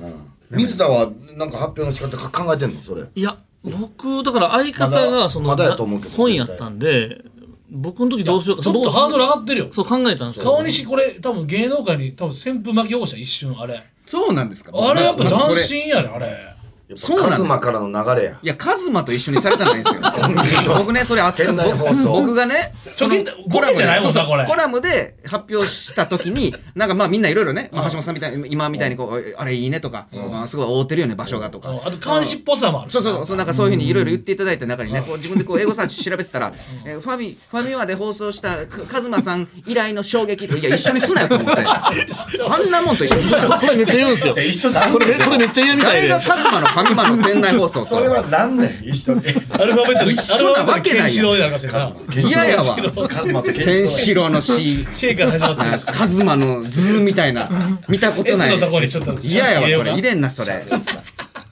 S4: うん。水田は、なんか発表の仕方か考えてんのそれ。
S6: いや、僕、だから相方
S4: まだ
S6: が、その、
S4: まだやと思うけど
S6: 本やったんで、僕の時どうしようか。
S3: ちょっと
S6: 僕
S3: ハードル上がってるよ
S6: そう考えたんですよ。
S3: 川西これ多分芸能界に多分旋風巻き起こした一瞬あれ
S5: そうなんですか
S3: あれやっぱ
S5: まあまあ
S3: 斬
S5: それ
S3: 新やねあれ
S4: やっ
S5: そう
S4: ぱ
S5: なん
S4: カ
S5: です
S4: ズマからの流れや。
S5: いやカズマと一緒にされたらな いんですよ僕ねそれあったんです
S4: 店内放送
S5: 僕僕がね
S3: 貯金だ
S5: そのコラ
S3: ゴ
S5: ム
S3: ミじゃないもんな
S5: そうそう
S3: これ
S5: コラムで発表した時になんかまあみんないろいろね、まあ、橋本さんみたいに今みたいにこうあれいいねとか、まあ、すごい覆ってるよね場所がとか、
S3: あと川西っぽさもあるし
S5: そうそうそうなんかそういうふうにいろいろ言っていただいた中にね、こう自分でこう英語サーチ調べてたら、えーファミファミマで放送したかカズマさん以来の衝撃といや一緒にすなよと思ってあんなもんと一緒にすなよ
S6: これめっちゃ言うんですよ。
S4: 一緒なん
S6: これめこれめっちゃ嫌みたい
S5: 誰
S6: で
S5: が。カズマのファミマの店内放送と
S4: それはなんねん、一 緒に。
S3: アルファベットの
S5: 一緒なわけないやん
S3: アルファベットのケンシロウなんかしてな
S5: 嫌やわ
S4: カズマとケ
S5: ケ
S4: ン
S5: ン
S4: シ
S5: シロウの C
S3: シェイから始まってるし
S5: カズマのズーみたいな見たことない
S3: S のとこにちょっと
S5: 嫌やわそれ入
S3: 入
S5: れんなそれ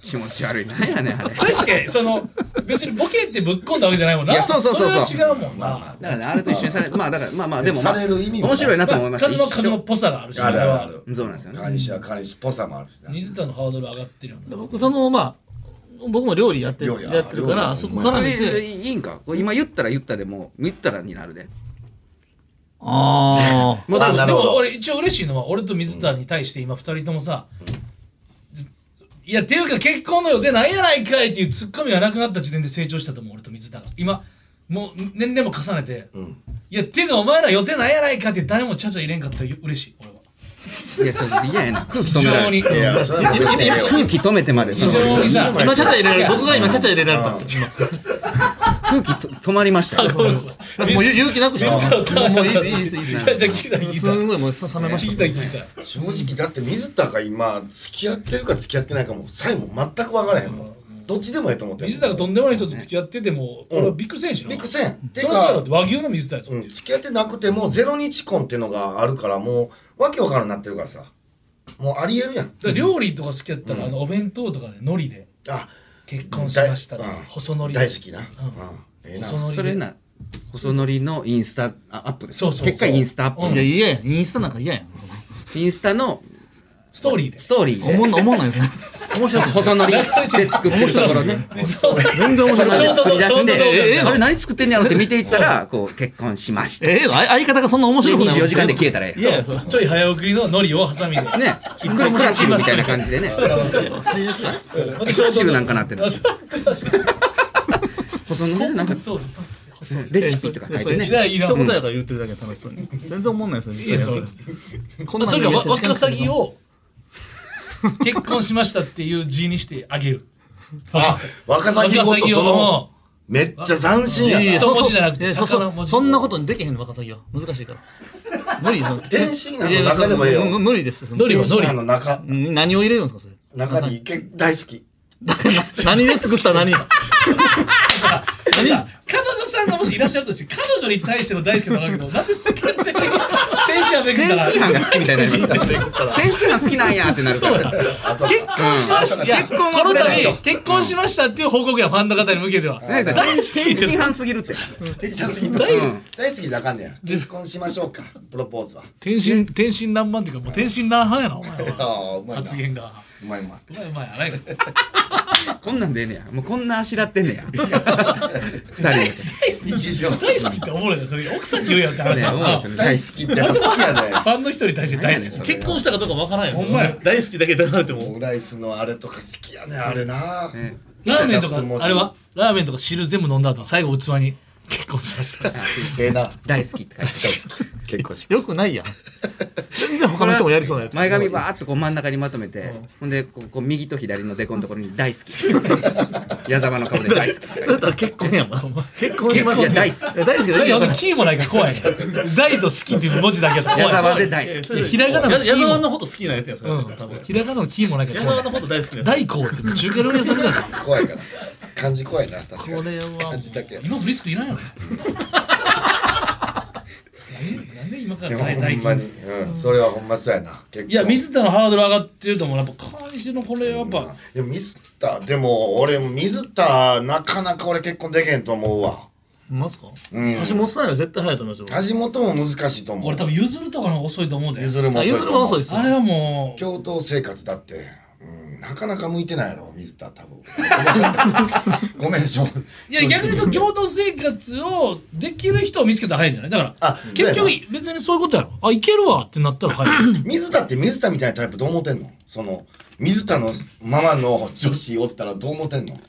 S5: 気持ち悪いなんやねんあれ
S3: 確かにその別にボケってぶっ込んだわけじゃないもんない
S5: やそうそうそうそう
S3: れは違うもんな、
S5: だからねあれと一緒にされまあだからまあまあでも、まあ、
S4: される意味もね
S5: 面白いなと思いました
S3: カズマカズマっぽさがあるし
S4: ロウ。ある
S3: あれは
S4: あるある。
S5: そうなんですよね
S4: カニシはカニシ、ポスターもあるしな。
S3: 水田のハードル上がってるよね
S6: 僕、その、まあ、僕も料理やって
S4: 料
S6: る
S4: 理
S6: やってるか
S4: あ料
S6: ら、
S4: 理
S6: そこから
S5: あ
S6: 見
S5: れ
S6: て、
S5: いいんかこれ今言ったら言ったでもう言ったらになるで
S6: ああ。
S5: もうだ
S4: あな
S3: で
S4: るほど
S3: も俺一応嬉しいのは俺と水田に対して今二人ともさ、いやっていうか結婚の予定ないやないかいっていうツッコミがなくなった時点で成長したと思う俺と水田が今もう年齢も重ねて、いやっていうかお前ら予定ないやないかって誰もちゃちゃ入れんかったら嬉しい俺はい
S5: やそうそう嫌やな空気
S3: 非
S5: 止めら
S3: 常
S5: れ
S3: に
S5: る
S4: いや、それは別にええよ。
S5: 空気止めてまでそ
S3: 非
S5: の
S3: 常に さ
S6: 今、ちゃちゃ入れられ
S3: いや
S6: る。僕が今、ちゃちゃ入れられたんですよ。
S5: 空気と止まりましたよ
S6: 今 もう勇勇気なくして
S3: 水田
S6: もう
S3: を
S6: もういいです、いいです、いい
S3: じ
S6: で
S3: ゃ
S6: す
S3: あ。聞きたい聞き
S6: す
S3: たい
S6: ごいもう冷めま
S3: 聞
S6: し
S3: き
S6: た。
S3: たい聞きたい
S4: 正直だって水田が今付き合ってるか付き合ってないかもさえも全く分からへんもんどっちでもええと思って
S3: 水田がとんでもない人と付き合ってても俺はビッグ選手な
S4: ビ
S3: の
S4: ッグセンて
S3: そりゃそうだっ
S4: か
S3: て和牛の水田やぞ
S4: うん、付き合ってなくてもゼロ日婚っていうのがあるからもうわけわからんなってるからさもうありえるやん
S3: だから料理とか好きやったら、あのお弁当とかで海苔で
S4: あ
S3: 結婚しましたって、
S4: うん
S3: 細海苔
S4: 大好きな、うんええな
S3: 細海苔
S5: それな細のりのインスタあアップです
S3: そうそうそう
S5: 結果インスタアップ、
S3: うん
S6: いや、嫌や。インスタなんか嫌やん。
S5: インスタの
S3: ストーリーで
S5: ストーリー
S6: お
S5: で
S6: もんな、おもんないですね。面白いですね。
S5: 細のりで作ってるところね
S6: 全然
S5: 細
S6: 面白
S5: の
S6: い。
S5: りで作り出して
S6: ええ
S5: あれ何作ってんねやろって見ていったらこう結婚しました
S6: ええわあ相方がそんな
S5: で
S6: 面白いことない
S5: 24時間で消えたらええ
S6: いやいや
S3: ちょい早送りの海苔をハサミで
S5: ねクラクラシルみたいな感じでね
S6: 最悪だ
S3: ク
S5: クラシルなんかなってる
S3: あそう
S5: 細のりでなんか
S3: そうそう
S5: レシピとか書いてね
S3: いやいらん
S6: 一言やから言ってるだけで楽しそうに。全然思んないですよ、
S3: いやそれ
S6: 実際こ
S3: まあそれかわワカサギ
S6: を。
S3: を結婚しましたっていう字にしてあげる
S4: あ若崎ごとそのめっちゃ斬新や
S6: いやい
S4: な
S6: や
S3: 人
S6: そう
S3: 文字じゃなくて
S6: いやそうそ
S3: 魚
S6: う
S3: 文字
S6: そんなことにできへんの若崎は難しいから無理よ
S4: 天津飯の中でもええよ
S6: いやいや無理です
S3: 海苔は
S4: 天津
S3: 海
S4: 飯
S3: 苔
S4: の中
S6: うん何を入れるんですかそれ
S4: 中にけ大好き
S6: 何で作った何が
S3: 何彼女さんがもしいらっしゃるとして彼女に対しての大好きなのがあるけどなんで世間的に天使はめくっ
S5: 天
S3: たら
S5: 津飯が好きみたいになります
S4: って言ったら
S5: 天津飯好きなんやってなるから
S4: あそう
S3: 結婚しました、いや
S5: 結婚は
S3: この
S5: 触れない
S3: 度結婚しましたっていう報告やファンの方に向けては
S5: 何さ天津飯すぎるって
S4: 天津飯すぎた
S5: うん
S4: 大好きじゃあかんねや結婚しましょうかプロポーズは
S3: 天真天真爛漫っていうかもう天真爛漫やなお前は
S4: ああうまいな
S3: 発言が
S4: うまいうまいう
S3: まいうまいやないか
S5: こんなんでええねやもうこんなあしらってんねや二人で
S4: 日常
S3: 大好きっておもろいなそれ奥さんに言うやんって話
S5: ね
S3: や
S5: 思
S3: ん
S5: う
S3: な
S5: んですよね
S4: 大好きってやっぱ好きやね
S3: ファンの人に対して大好き
S5: それ
S6: 結婚したかどうかわからんよ
S3: ほんまや
S6: 大好きだけ出されても
S4: オムライスのあれとか好きやねあれな
S5: ね
S3: ラーメンと
S4: ケチャップも
S3: かあれはラーメンとか汁全部飲んだ後最後器に結婚しました
S4: ええな
S5: 大好きって書いて
S4: 結婚し
S6: よくないやん全然他の人もやりそうなやつ
S5: 前髪バーっとこう真ん中にまとめてほんでこうこう右と左のデコのところに大好き 矢沢の顔で大好き
S6: それだったら結婚やもん結婚しまし
S5: い
S6: た
S5: や大好き
S6: いや大好きだ
S3: 何
S6: けど
S3: ほんでキーもないから怖いね大と好きっていう文字だけだと
S5: 矢
S3: 怖い
S5: 沢で大好き
S6: それ
S3: ひらがなのキーも
S6: 矢沢のこと好きなやつやそれ
S3: うん多分ひらがなのキーもないか
S6: 矢
S3: ら
S6: 沢
S3: 怖
S6: の
S3: い
S6: こと大好きなやつ
S3: 大光ってもう中華料理屋さんみたいな
S4: 怖いから漢字怖いな確かに
S3: これはもう
S4: 感じたけ
S3: 今ブリスクいらんやろ何何で今か
S4: で
S3: ら
S4: も
S3: 大
S4: ほ
S3: 大
S4: んまに、うん、それはほんまそうやな結構
S3: いや水田のハードル上がってると思うやっぱ川西のこれやっぱ
S4: でも水田でも俺水田なかなか俺結婚できへんと思うわ
S6: マジか
S4: うん
S6: 橋本さんよりは絶対早いと思います
S4: 橋
S6: よ
S4: 本も難しいと思う
S3: 俺多分譲るとかの方が遅いと思うで
S4: 譲るも遅
S6: あ
S4: い
S6: ゆ
S4: と
S6: ずる
S4: 思
S6: は
S4: う
S6: 遅いですよ
S3: あれはもう
S4: 共同生活だって、うん、なかなか向いてないやろ水田多分ごめん しょ
S3: いや逆に言うと共同生活をできる人を見つけたら早いんじゃないだから
S4: あ
S3: 結
S4: そう
S3: 局別にそういうことやろあいけるわってなったら早い
S4: 水田って水田みたいなタイプどう思ってんのその水田のママの女子おったらどう思ってんの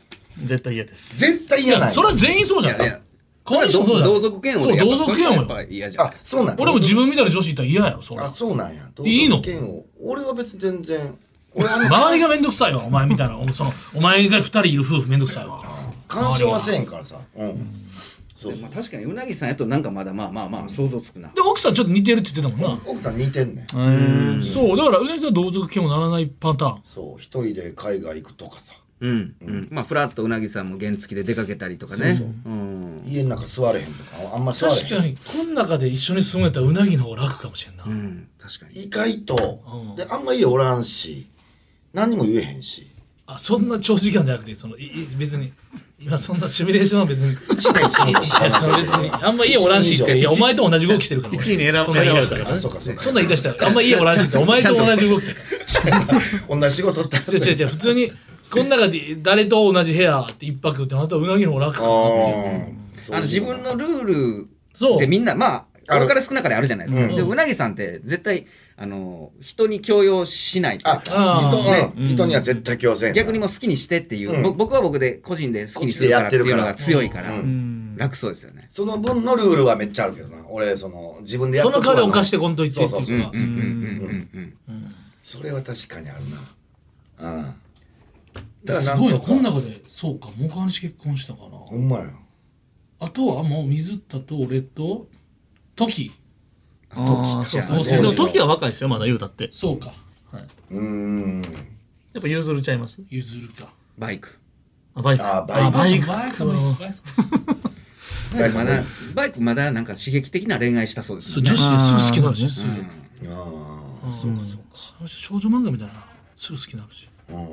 S6: 絶対嫌です
S4: 絶対
S3: い
S4: 嫌な
S3: や
S4: い
S3: それは全員そうじゃ
S5: いやい
S3: ん
S5: や
S3: 川西もそうじゃん
S5: 同族嫌悪
S3: そう
S5: でやっぱ
S3: 同族嫌悪
S5: それやっ
S3: よ
S5: ぱ嫌じゃん
S4: あそうなんだ
S3: 俺も自分みたいな女子いたら嫌やろそれ
S4: あそうなんや
S3: いいの
S4: 同族嫌悪俺は別に全然俺あの
S3: 周りが面倒くさいわお前みたいなおそのお前が2人いる夫婦面倒くさいわ
S4: 干渉はせえへんからさうんそう
S5: で
S4: そ
S5: も
S4: う
S5: 確かにうなぎさんやとなんかまだまあまあまあ想像つくな
S3: で奥さんちょっと似てるって言ってたもん
S4: 奥さん似てんねん
S3: なそうだからうなぎさんは同族嫌悪ならないパターン
S4: そう一人で海外行くとかさ
S5: うんうんまあフラッとうなぎさんも原付で出かけたりとかねうん
S4: 家の中座れへんとかあんまり座れへん
S3: 確かにこの中で一緒に住むんやったらうなぎの方が楽かもしれんな、
S5: うん確かに
S4: 意外と、
S3: うん
S4: であんま家おらんし何にも言えへんし
S3: あそんな長時間じゃなくてそのいい別に今そんなシミュレーションは別に
S4: 1年住むと
S3: いやその別にあんま家おらんしっていやお前と同じ動きしてるから
S6: 一位に選ば
S3: そんな言い出したか
S4: あ
S3: ら
S4: そうかそうか
S3: そんな言い出したらあんま家おらんしってお前と同じ動き
S4: 同じ仕事だった
S3: 違う違う違う普通にこの中で誰と同じ部屋って一泊ってなったらうなぎの方が楽か
S4: あ
S3: なっていう
S5: あの自分のルール
S3: そう
S5: ってみんなまあ
S4: ある
S5: 多から少なかれあるじゃないですか、
S4: うん
S5: でうなぎさんって絶対あの人に強要しないという
S4: あ
S5: か
S3: あ
S4: 人,、うん、人には絶対強制
S5: 逆に
S4: も
S5: もう好きにしてっていう、
S4: うん
S5: ぼ僕は僕で個人で好きにするからっていうのが強いから、
S4: うんう
S5: 楽そうですよね、
S4: その分のルールはめっちゃあるけどな俺その自分でや
S3: そ
S4: っと
S3: の
S4: くわな
S3: 代わりお貸してこんといてってい
S4: そうう
S3: か
S4: そう
S5: うんうんうんうんうん
S4: それは確かにあるなうんだ
S3: す
S4: から
S3: ご
S4: な
S3: いなん
S4: と
S3: この
S4: か
S3: 中でそうかもう川西結婚したかな
S4: ほんまや
S3: あとはもう水田と俺とトキ
S5: あ時ちゃん
S6: そうそうでも時は若いですよまだ言うたって
S3: そうか
S4: うーん
S6: やっぱ譲るちゃいます
S3: 譲るか
S5: バイク
S6: あバイク
S4: あバイク
S6: バイク
S3: バイクもいいっすバイクもいいっす
S5: バイクまだバイクまだなんか刺激的な恋愛したそうです
S3: そう
S5: よね
S3: 女子ですぐ好きになるしすぐ
S4: あ
S3: そうかそうかあの人少女漫画みたいなすぐ好きになるし
S4: うん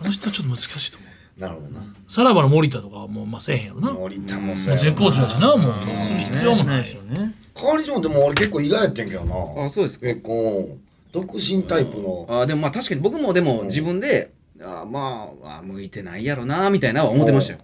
S3: あの人はちょっと難しいと思う
S4: なるほどな
S3: さらばの森田とかはもうまあせえへんやろなもう
S4: 森田もそうや
S3: 絶
S4: な
S3: 好調だしなもうする必要もない
S6: ですよね。
S4: 川西もでも俺結構意外やってんけどな
S5: あそうですか
S4: 結構独身タイプの
S5: あでもまあ確かに僕もでも自分で、あまああ向いてないやろなみたいなは思ってましたよ。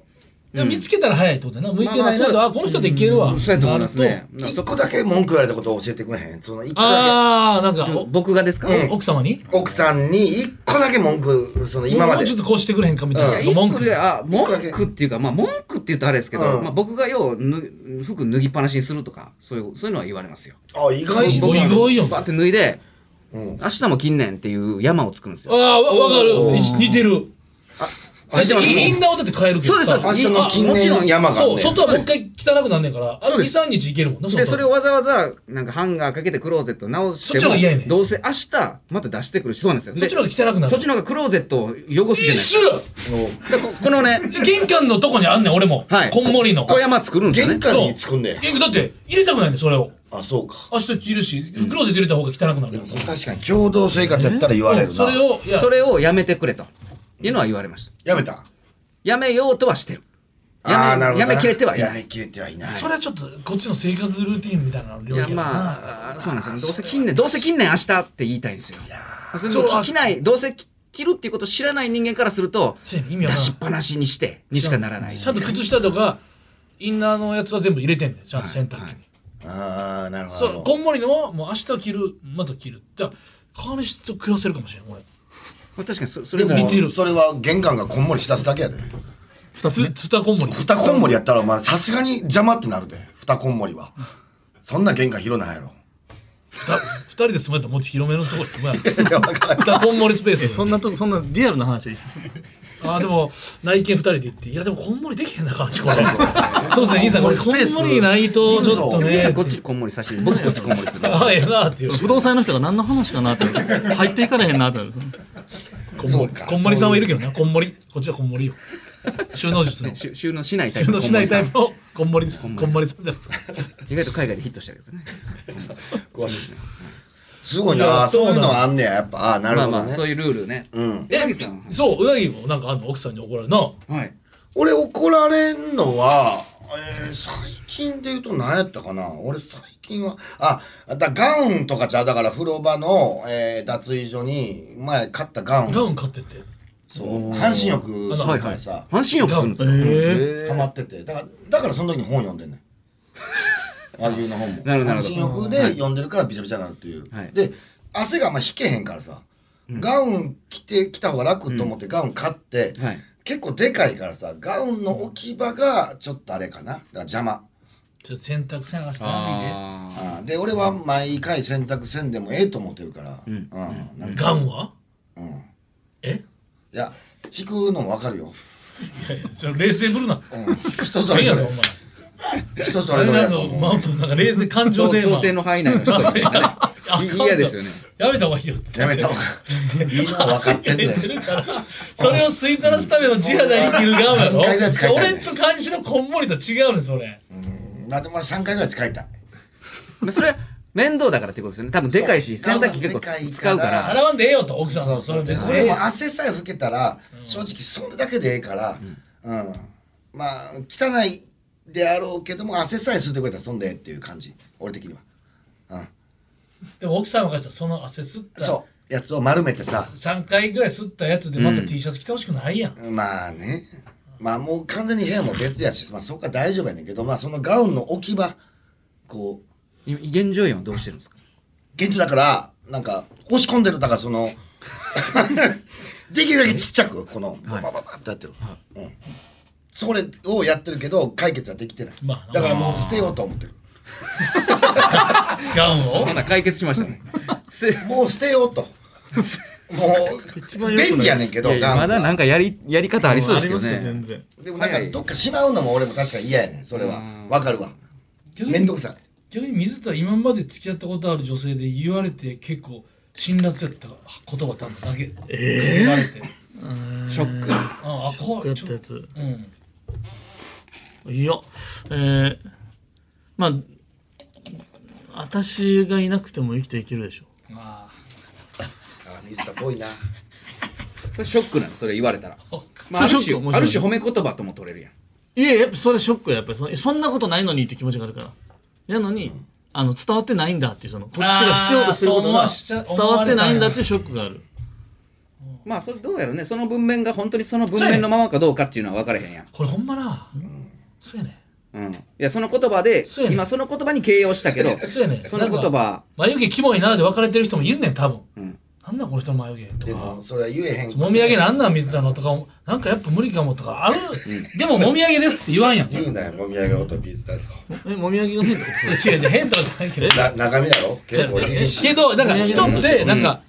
S3: でも見つけたら早いってことやな向いて
S5: まあま
S3: な
S5: あ
S3: い
S5: そ
S3: な
S5: う
S3: とあこの人でいけるわ
S5: そうやと思いますね。なんか
S4: 一
S5: そ
S4: 個だけ文句言われたことを教えてくれへんその一個だ
S3: ああなんかお
S5: 僕がですか、
S4: うん
S3: 奥様に
S4: け奥さんに一個だけ文句その今ま
S3: もう
S4: で
S3: ちょっとこうしてくれへんかみたいな文
S5: 文
S3: 句
S5: 句
S3: で
S5: であ文
S4: 一個だけ
S5: 句っていうか、まあ、文句って言うとあれですけど、
S4: うん
S5: まあ、僕がようぬ服脱ぎっぱなしにするとかそういうそういうのは言われますよ。
S4: あ意外
S3: 意外やん
S5: バッて脱いで
S4: うん
S5: 明日も近年っていう山を作るんです
S3: あ
S5: よ。
S3: あわわか
S4: お
S3: る
S4: ー
S3: い似てる
S4: あでも
S3: 私インナーはだって変えるけ
S5: そ
S3: ど
S5: うです
S3: さ
S5: そう
S4: 明
S5: です
S4: 日の近年の山があん
S3: そ
S4: ねん
S3: う外はもう一回汚くなんねんからあれ
S5: そうです
S3: 23日いけるもんな
S5: でそれを
S3: は
S5: わざわざなんかハンガーかけてクローゼット直して
S3: そっちの方
S5: も
S3: が嫌やねん
S5: どうせ明日また出してくるしそうなんですよ。
S3: そっ
S5: で
S3: ちの方が汚くな
S5: そっ
S3: る
S5: ちの方がクローゼットを汚すじゃない
S3: 一
S5: です
S3: 緒だ
S5: か。でここのね
S3: 玄関のとこにあんねん俺も
S5: はい
S3: こんもりの
S5: 小山作るんですよ
S4: 玄
S5: ね。
S4: 関に作んねん
S3: 玄関だって入れたくないねんそれを
S4: あそうか
S3: 明日いるしクローゼット入れた方が汚くなる
S4: でもそう確かに共同生活やったら言われる
S3: うん
S4: な
S3: それをいや
S5: それをやめてくれというのは言われました。
S4: やめた
S5: やめようとはしてる。
S4: あ
S5: や
S4: あ
S5: め
S4: なるほど
S5: や
S4: な
S5: めきれてはい
S4: や
S5: ない。
S4: めきれてはいない
S3: それはちょっとこっちの生活ルーティンみたいなの
S5: い
S3: 領
S5: や
S3: 域やな
S5: まあ、そうなんですよ。どうせ近年、どうせ近年明日って言いたいんですよ。それで
S3: そう
S5: も聞きない、どうせ着るっていうことを知らない人間からすると、
S3: そうやね意味
S5: 出
S3: わかん
S5: しっぱなしにして、にしかならない。
S3: ちゃんと靴下とかインナーのやつは全部入れてんねんちゃんと洗濯機に、
S4: ああなるほ
S3: そう
S4: ど
S3: こんもりのはもう明日着るまた着るだから川西と暮らせるかもしれん俺
S5: まあ確かにそ、そ
S4: で
S5: れ
S4: も
S5: が
S3: 似てる
S4: それは玄関がこんもりしだすだけやで
S6: 二つ
S3: つ
S6: ね。
S3: つたこんもり
S4: 二こんもりやったらお前さすがに邪魔ってなるで二こんもりはそんな玄関広ないや ろ
S3: ふた二人で住まれたらもっと広めのところに住まや
S4: いやわからん
S3: ふたこんもりスペース
S6: そんなとこ、そんなリアルな話はいつすんの
S3: あーでも内見二人で行っていやでもこんもりできへんな感じこれそうですね兄さんこれこんもりないとちょっと
S4: い
S5: 皆さん
S3: ね
S5: こっちこんもりさせて、僕こっちこんもりする。
S3: ああええなっていう
S6: 不動産屋の人が何の話かなって、入っていかれへんなって。
S3: こんも
S4: そう
S3: り
S4: か
S3: こんもりさんはいるけどなこんもりこっちはこんもりよ収納術の
S5: しゅ 収納しないタイ
S3: 収
S5: プの
S3: 納しないタイ
S5: こんもり
S3: プのこんもりですこ
S5: こ
S3: んもり
S5: んもりさん
S3: さんだ
S5: さん意外と海外でヒットしたけどね。
S4: 詳しいすごい
S3: い
S4: な
S3: やそう
S4: そうい
S3: な
S4: う
S3: の
S4: のあんねややっぱああなる
S5: まあ
S4: ほど
S5: まあ、
S4: ね
S5: そういうルールね。
S4: うん
S5: 柳さん
S3: そううなぎもなんかあんの奥さんに怒られるな
S5: はい。
S4: 俺怒られんのはえー最近で言うと何やったかな俺最近はあだガウンとかじゃうだから風呂場の、えー脱衣所に前買ったガウン
S3: ガウン買ってって
S4: そう半身浴す
S3: は
S4: る
S5: はい
S4: か
S5: は
S4: ら
S5: い。
S4: さ、
S5: 半身浴するんですよ。
S6: え
S4: ハマっててだからだからその時に本読んで んねん和牛の本も
S5: なるほどなるほど
S4: 半身浴で読んでるからびちゃびちゃになるっていう、
S5: はい
S4: で汗があんま引けへんからさ、ガウン着てきた方が楽と思ってガウン買って、
S5: はい
S4: 結構でかいからさガウンの置き場がちょっとあれかなだから邪魔
S3: ちょっと洗濯探してあ
S5: あー
S4: あーで俺は毎回洗濯せんでもええと思ってるから、うんなん
S3: げて
S4: か
S3: ガウンは
S4: うんい
S3: え
S4: や引くのも分かるよ、
S3: いやいやそれ冷静ぶるな
S4: うん、人そ
S3: 何
S4: れ
S3: や
S4: ぞ
S3: ぞ
S4: れ
S3: お
S4: 人そ
S3: 前あ
S4: れ
S3: れ
S4: ぞれや
S3: な
S4: と
S3: の
S4: 思
S3: マ
S4: う
S3: ンプなんか冷静感情
S5: 想
S3: で
S5: 想定の範囲内の 人みたいなねい嫌ですよね。
S3: やめた方がいいよって
S4: やめた方がいいのは分かってんだよ
S3: るからそれを吸い取らすための地肌に着るガウンや
S4: 三
S3: ろ
S4: 回ぐらい使いたいね
S3: 俺と監視のこんもりと違うねんそれ
S4: なでも俺3回ぐらい使いたい
S5: まあそれは面倒だからってことですよね。多分でかいし、
S4: そう
S5: 洗濯機結構
S4: でかいから
S5: 使うから。
S3: 洗わんでええよと奥さん
S4: そ
S3: も
S4: うそう
S3: れ
S4: で
S3: 別に
S4: 俺も汗さえ拭けたら正直それだけでええから、うんまあ汚いであろうけども汗さえ吸ってくれたらそんでええっていう感じ俺的には、う
S3: でも奥さんはその汗吸っ
S4: ん、
S3: た
S4: そうやつを丸めてさ
S3: 3回ぐらい吸ったやつでまた T シャツ着てほしくないやん
S4: まあねまあもう完全に部屋も別やし、まあ、そこは大丈夫やねんけどまあそのガウンの置き場こう
S5: 今現状今どうしてるんですか
S4: 現地だからなんか押し込んでるだからその できるだけちっちゃくこのババババってやってる、うん、それをやってるけど解決はできてない、
S3: まあ
S4: だからもう捨てようと思ってる
S3: ガウンを
S5: まだ解決しましたね。 せ
S4: もう捨てよ うともう
S6: 番良くない
S4: 便利やねんけど
S5: いやいや
S4: ガ
S5: ま
S4: ンは
S5: だなんかやりやり方ありそうですけど
S6: ありますよ全
S5: ね。
S6: 然。
S4: でもなんかどっかしまうのも俺も確かに嫌やねんそれはわかるわ
S3: 逆
S4: めん
S3: に
S4: どくさい
S3: 逆に水田今まで付き合ったことある女性で言われて結構辛辣やった言葉たんだけ言われて
S5: ショック。
S3: ああこう
S6: やっ
S3: ち
S6: た
S3: ょ
S6: や
S3: っと
S6: つ。
S3: うん
S6: いや、えー、まあ、私がいなくても生きていけるでしょ
S3: あ
S4: あ水田っぽいな
S5: これショックなんですそれ言われたら、まあ、あ
S6: そ
S5: る
S6: れショック
S5: 種
S6: 面白い
S5: ある種褒め言葉とも取れるやん
S6: いややっぱそれショックややっぱりそそんなことないのにって気持ちがあるからやのに、あの伝わってないんだっていうそのこっちが必要とすること
S3: あーそう思
S6: が
S3: わしちゃ
S6: 伝わってないんだっていうショックがある
S5: まあそれどうやろねその文面が本当にその文面のままかどうかっていうのは分からへんやん
S3: ーこれほんまなそうやね
S5: うん、いやその言葉で
S3: そうやね
S5: 今その言葉に形容したけど
S3: そうやね
S5: その言
S3: なん
S5: 葉
S3: か眉毛キモいなで別れてる人もいるねん多分、
S5: ん
S3: なんなんこの人の眉毛
S4: で
S3: とか
S4: もそれは言えへん
S3: もみあげなんなん水田のとかなんかやっぱ無理かもとかある、でももみあげですって言わんやん違
S4: 言うなよもみあげ音水田と
S6: えもみあげが変ってこと
S3: う違う変とかじゃないけど
S4: な中身だろ結構いいし
S3: けどなんか人ってなんか、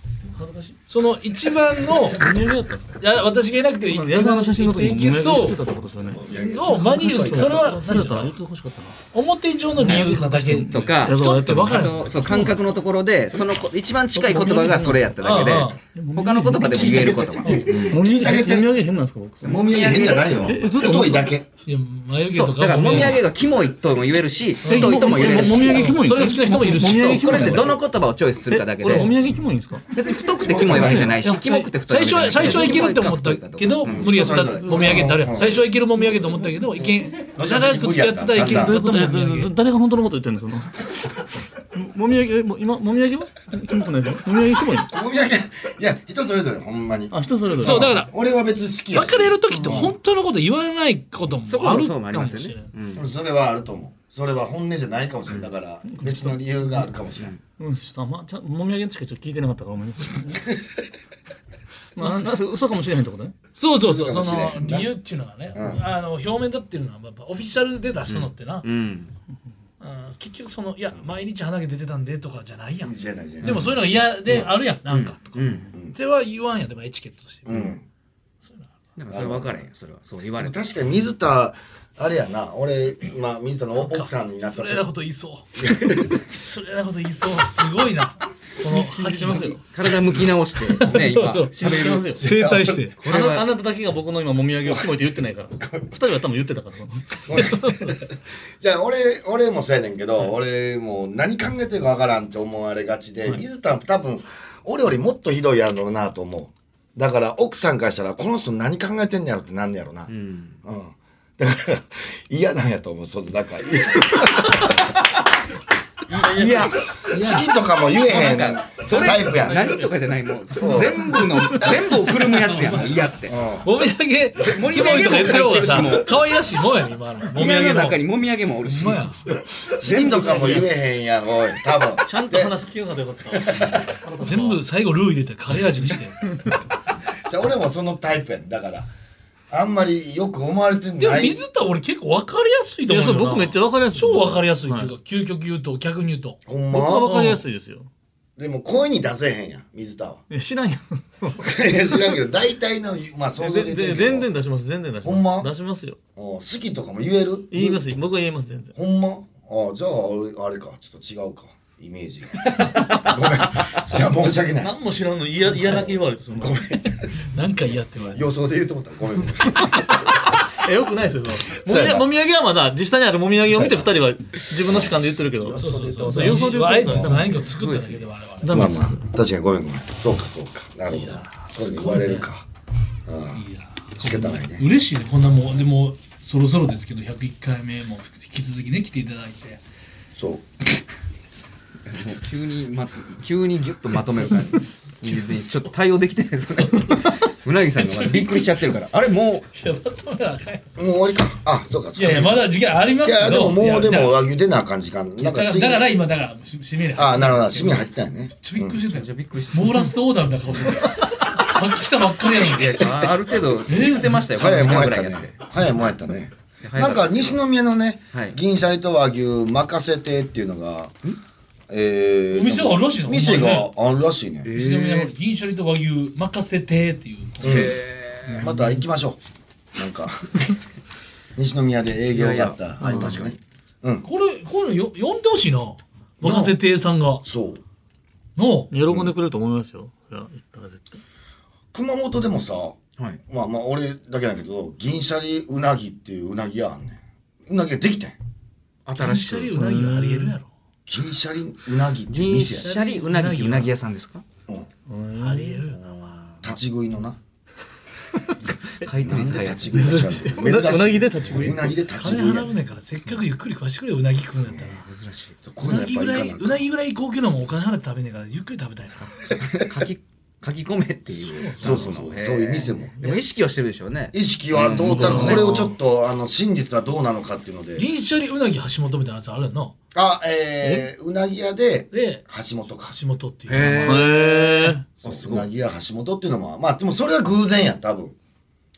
S3: その一番の
S6: もみあげだったんですか
S3: いや私がいなくて生き
S6: 矢沢の写真の時
S3: て
S6: に
S3: い
S6: もみあ
S3: け
S6: げが
S3: そ
S6: 言っ
S3: う
S6: てたってことですよね
S3: のマニューそれは何
S6: それだ
S3: で
S6: っ
S3: す
S6: たら
S3: か
S6: 言ってほしかったな
S3: 表上の理由なだけ
S5: とか
S6: 矢沢
S3: 人
S6: や
S3: っ
S6: ってたの
S3: 分
S6: に
S3: からへ
S5: あ
S3: ん
S5: とそう感覚のところでそのこ一番近い言葉がそれやっただけで
S3: あああ
S5: 他の言葉でも言える言葉
S6: もみあげもみあげ変なんですか僕
S4: もみあげ変じゃないよ太いだけ
S3: いや眉毛
S5: そ
S3: と
S5: うだか
S3: から
S5: もみあげ
S3: が
S5: がキモいとも言えるし太
S6: え
S5: いとも言えるし
S6: もみあげキモい
S3: それが好きな人もいるし
S6: もみあ
S5: そ
S6: げ
S5: う
S6: キ
S5: こ
S6: モい
S5: れってどの言葉をチョイスするかだけ
S6: これもみ
S5: で
S6: あげキモいんですか
S5: 別に太くてキモいわけじゃないしキモくて太いわ
S3: 最初
S5: けじゃない
S3: は最初はいけるって思ったけど無理やったもみあげってあるやん最初はいけるもみあげと思ったけどいけん長く付き合ってたらいけんか
S6: どういう
S3: った
S6: こ
S3: も
S6: と
S3: み
S6: え
S3: あげ
S6: だ誰が本当のこと言ってんのそのもみあげえも今もみあげはキモくないですよもみあげキモいの
S4: もみあげいや人それぞれほんまに
S6: あ人それぞれ
S3: そうだから
S4: 俺は別に好きやし
S3: 別れる時って本当のこと言わないことも
S5: そこ
S3: あ
S5: も
S3: る
S5: そうもあり
S3: かも
S5: ます
S3: しれ
S5: よ
S3: ない
S5: ね、うん
S4: うんそれはあると思うそれは本音じゃないかもしれないだから別の理由があるかもしれない
S6: うんちょっとあんまちゃんもみあげしかちょっと聞いてなかったからごめんなさいまあな嘘かもしれへんってことね
S3: そうそうそう
S4: か
S3: そ
S4: もしれん
S3: の
S4: な
S3: 理由っていうのがねあの表面だっていうのはやっぱオフィシャルで出すのってな
S5: うん
S3: うん結局そのいや毎日鼻毛出てたんでとかじゃないやん
S4: じゃないじゃない
S3: でもそういうのが嫌であるやんなんかとか
S5: うん
S3: それは言わんやんでもエチケットとして
S4: うん
S5: だからそれ分からへんよそれはそう言われて
S4: 確かに水田あれやな俺まあ水田の奥さんになった
S3: 失
S4: 時
S3: 礼なこと言いそう失礼なこと言いそうすごいなこの吐きますよ
S5: 体向き直してね今
S6: そうそう知ってますよ
S3: 整体して
S6: あなあなただけが僕の今もみあげをキモいって言ってないから二人は多分言ってたから
S4: じゃあ俺俺もそうやねんけど、俺もう何考えてるかわからんって思われがちで、水田は多分俺よりもっとひどいやろうなと思うだから奥さんからしたらこの人何考えてんねやろってなんねやろなう、
S5: うんん
S4: だから嫌なんやと思うそのなんか好
S5: いや
S4: きとかも言えへん
S5: なんかそれ
S4: タイプやん、
S5: 何とかじゃないもう全部の全部をくるむやつやん嫌って
S4: う
S3: もみあげキモい
S5: みあげ
S3: とか言ってる方がさ
S5: もう
S3: 可愛らしいもんやね今のもみ
S5: 嫌
S3: あげ
S5: の
S3: の
S5: 中にもみあげもおるし
S3: ほんまや
S4: ん、好きとかも言えへんやろ多分
S6: ちゃんと話聞けよかったよ かった
S3: 全部最後ルー入れてカレー味にして
S4: じゃあ俺もそのタイプやねんだからあんまりよく思われて
S3: でも
S4: ない
S3: 水田俺結構分かりやすい
S6: い
S3: と
S6: や
S3: 思
S6: そうれ
S3: よな
S6: 僕めっちゃ分かりやすい
S3: 超分かりやすいっていう
S6: は
S3: か究極言うと逆に言うと
S4: ほん
S6: 僕は
S4: ま
S6: 分かりやすいですよ
S4: でも声に出せへんやん水田は
S6: いや知らんよ
S4: いや知らんけど大体のまあ想像でき
S6: 全
S4: てるけど
S6: 然出します全然出します
S4: ほんま
S6: 出しますよ
S4: お好きとかも言える
S6: 言います僕は言います全然
S4: ほんまあじゃあ俺あれかちょっと違うかイメージが ごめんじゃあ申し訳ない
S6: 何も知らんの 嫌嫌だけ言われてそんな
S3: なんか嫌って言われる
S4: 予想で言うと思ったごめんごめん
S6: えよくないですよその
S4: そ
S6: も
S4: う
S6: み
S4: や
S6: あ
S4: な
S6: もみあげはまだ実際にあるもみあげを見て二人は自分の主観で言ってるけど
S3: そうそうそう
S6: そう予想で言うと
S3: あえて何か作っただけで我々
S6: ダメ
S4: まあ
S6: です
S4: まあ確かにごめんごめんそうかそうかなるほどこれに言われるか
S3: いや
S4: 仕方ないね
S3: 嬉しいねこんなもんでもそろそろですけど101回目も引き続きね来ていただいて
S4: そう
S5: 急にま急にギュッとまとめ るからちょっと対応できてないですからうなぎさんがまだびっくりしちゃってるからあれも
S3: いやまとめなあかんやつ
S4: もう終わりかあそうかそう
S3: い
S4: か
S3: やいやまだ時間ありま
S4: い
S3: すけ
S4: や
S3: ど
S4: でもも
S3: いう
S4: で
S3: だ
S4: も
S3: か
S4: 和牛でなあかん時間なん
S3: らだ
S4: か
S3: からだから今だからし締める
S4: ああなるほど締め入ってたよね
S3: ちょびっくりしてた
S5: じ
S3: よ
S5: ゃあびっくりし
S3: モーラストオーダーみたいな顔してたよさっき来たばっかりやの
S5: うい
S3: に
S5: やある程度言ってましたよ
S4: 早い
S5: こ
S4: もん
S5: の
S4: や
S5: 時間
S4: っ
S5: ぐ
S4: た
S5: らいやっ
S4: ね
S5: て。
S4: 早いもんやったね。な
S5: 早か
S4: ん
S5: った
S4: か
S5: です
S4: 西宮のね、
S5: はい
S4: 銀シャリと和牛任せてっていうのが、えー
S3: お店があるらしいの
S4: 店が
S3: ほ
S4: あるらしいね。
S3: ちなみにあの銀シャリと和牛任せてっていう
S4: また行きましょう。なんか 西宮で営業があった。はい確かに。うん。
S3: これこういうのよ呼んでほしいな任せてさんが
S4: そう。
S3: の
S6: 喜んでくれると思いますよそれは言ったら絶対
S4: 熊本でもさ、
S5: はい
S4: まあまあ俺だけだけど銀シャリうなぎっていううなぎ屋あんねん。うなぎができてん。
S5: 新
S3: 銀
S5: し
S3: シャリ
S5: く
S3: うなぎありえるやろ
S4: 銀シャリうなぎっていう
S5: 銀
S4: 店
S5: シ
S4: やで
S5: ャリうなぎってうなぎ屋さんですか
S3: ありえるよな、ま
S4: 立ち食いのな
S5: 回
S4: な
S5: 転
S4: ん
S5: ず
S4: で
S5: や
S4: 立ち
S5: つ
S4: 食いか知らんけど
S6: うな
S4: 珍しいう
S6: なぎで立ち食いう
S4: なぎで立
S3: あ
S4: ち
S3: 金
S4: 食いや
S3: 払うねんからせっかくゆっくり食わしてくれようなぎ食うんやったら
S5: 珍しい
S4: こういうの
S3: うなぎ
S4: やっ
S3: ぐ
S4: ぱ
S3: ら
S4: いい
S3: い
S4: か
S3: う
S4: な
S3: なん
S4: か
S3: ぎぐらい高級なもんお金払って食べねえからゆっくり食べたいな
S5: 書き書き込めっていう
S4: そうそうそうそういう店も
S5: でも意識はしてるでしょうね
S4: 意識はどうだこれをちょっとあの真実はどうなのかっていうので
S3: 銀シャリうなぎ橋本みたいなやつあるやんな
S4: あえーうなぎ屋で
S3: で
S4: 橋本か
S3: 橋本っていう名前
S5: へえ
S6: へえ
S4: そううなぎ屋橋本っていうのはまあでもそれは偶然や多分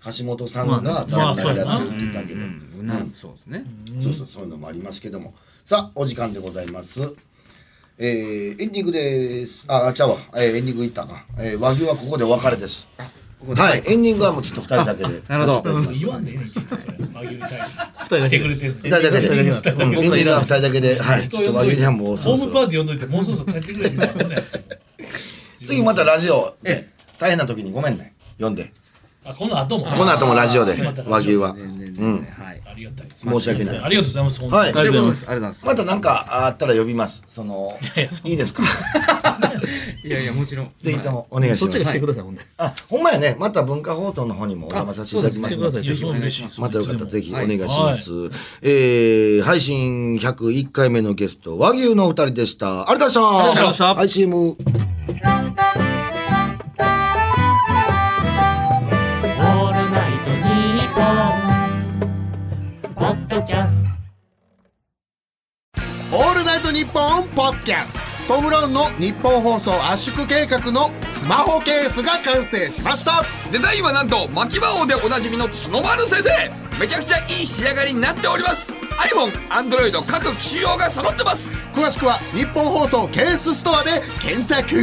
S4: 橋本さんが多分
S3: まあ
S4: うなぎやってるっ
S5: うん
S4: ていうだけで
S5: うんなそうですね
S4: そうそうそういうのもありますけどもさあお時間でございますえーエンディングですああちゃうわ、えーエンディングいったか、えー和牛はここでお別れです
S5: ここで
S4: はいエンディングはもうちょっと2人だけで
S5: なるほど
S4: させていただきます
S3: 言わんでええねんちょっとそれ真牛に対して
S6: 二人だ
S3: 来
S6: け
S3: てくれてるの
S4: 二人だけで、うん、エンディングは2人だけで、はい、ちょっと和牛にはもうそ
S3: ホ
S4: ろ
S3: ー
S4: そ
S3: ムパ
S4: ろ
S3: ーティー呼んどいてもうそろそろ帰ってくれみたいなね
S4: 次またラジオで
S5: え
S4: 大変な時にごめんね読んで
S3: あこの後も
S4: この後もラジオで
S3: 次またラジオ
S4: 和牛は
S5: 全然
S4: う
S5: 全
S4: ん
S5: 然はい
S3: ありがたいです
S4: 申し訳ない
S3: ありがとうございます本当に
S4: はい
S5: ありがとうございま
S6: あ
S5: すありがとうございます
S4: また何かあったら呼びますその
S3: やいやそ
S4: いいですか
S5: いやいやもちろん
S4: ぜひともお願いし
S6: そっ
S4: ま
S6: ちが来
S4: す
S6: てくださいほんで
S4: あほんまやねまた文化放送の方にもお邪魔させていただきますの
S6: あそ
S4: で
S6: うです
S3: いやそう嬉しいです
S4: またよかったらぜひお願いし
S3: は
S4: ます、
S3: い
S4: えー、配信101回目のゲスト和牛のお二人でしたありがとうございました
S6: ありがとうございました
S4: はい CM
S2: オールナイトニッポン」ポッドキャスト
S1: オールナイトニッポンポッドキャストトム・ブラウンの日本放送圧縮計画のスマホケースが完成しました
S7: デザインはなんと牧場王でおなじみの角丸先生めちゃくちゃいい仕上がりになっております iPhone、Android 各機種用が揃ってます
S1: 詳しくは日本放送ケースストアで検索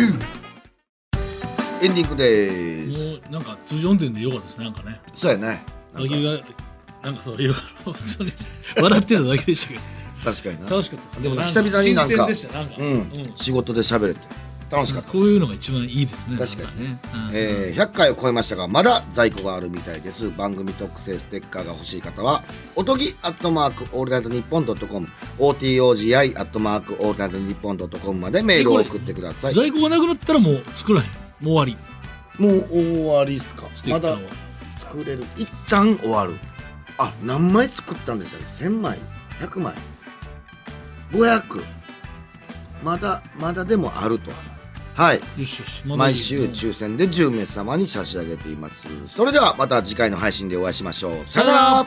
S4: エンディングです
S3: もうなんか通常運転でよかったですねなんかね
S4: そうやねな
S3: 和
S4: んか
S3: 牛がなんかそういろいろ普通に笑ってただけでしたけ
S4: 確かに
S3: ど
S4: な
S3: 楽しかったです
S4: でもな久々になんか
S3: 新鮮でしたなんか
S4: うん、
S3: うん
S4: 仕事で喋れて楽しかった、
S3: こういうのが一番いいですね
S4: 確か
S3: にね
S4: えー100回を超えましたがまだ在庫があるみたいです番組特製ステッカーが欲しい方はおとぎアットマークオールナイトニッポンドットコム OTOGI アットマークオールナイトニッポンドットコムまでメールを送ってください
S3: 在庫がなくなったらもう作らへんもう終わり
S4: もう終わりっすか
S3: ステッカーは、
S4: 作れる一旦終わるあ何枚作ったんでしたっけ1000枚100枚500まだまだでもあるとはい
S3: よしよし
S4: 毎週抽選で10名様に差し上げていますそれではまた次回の配信でお会いしましょうさよなら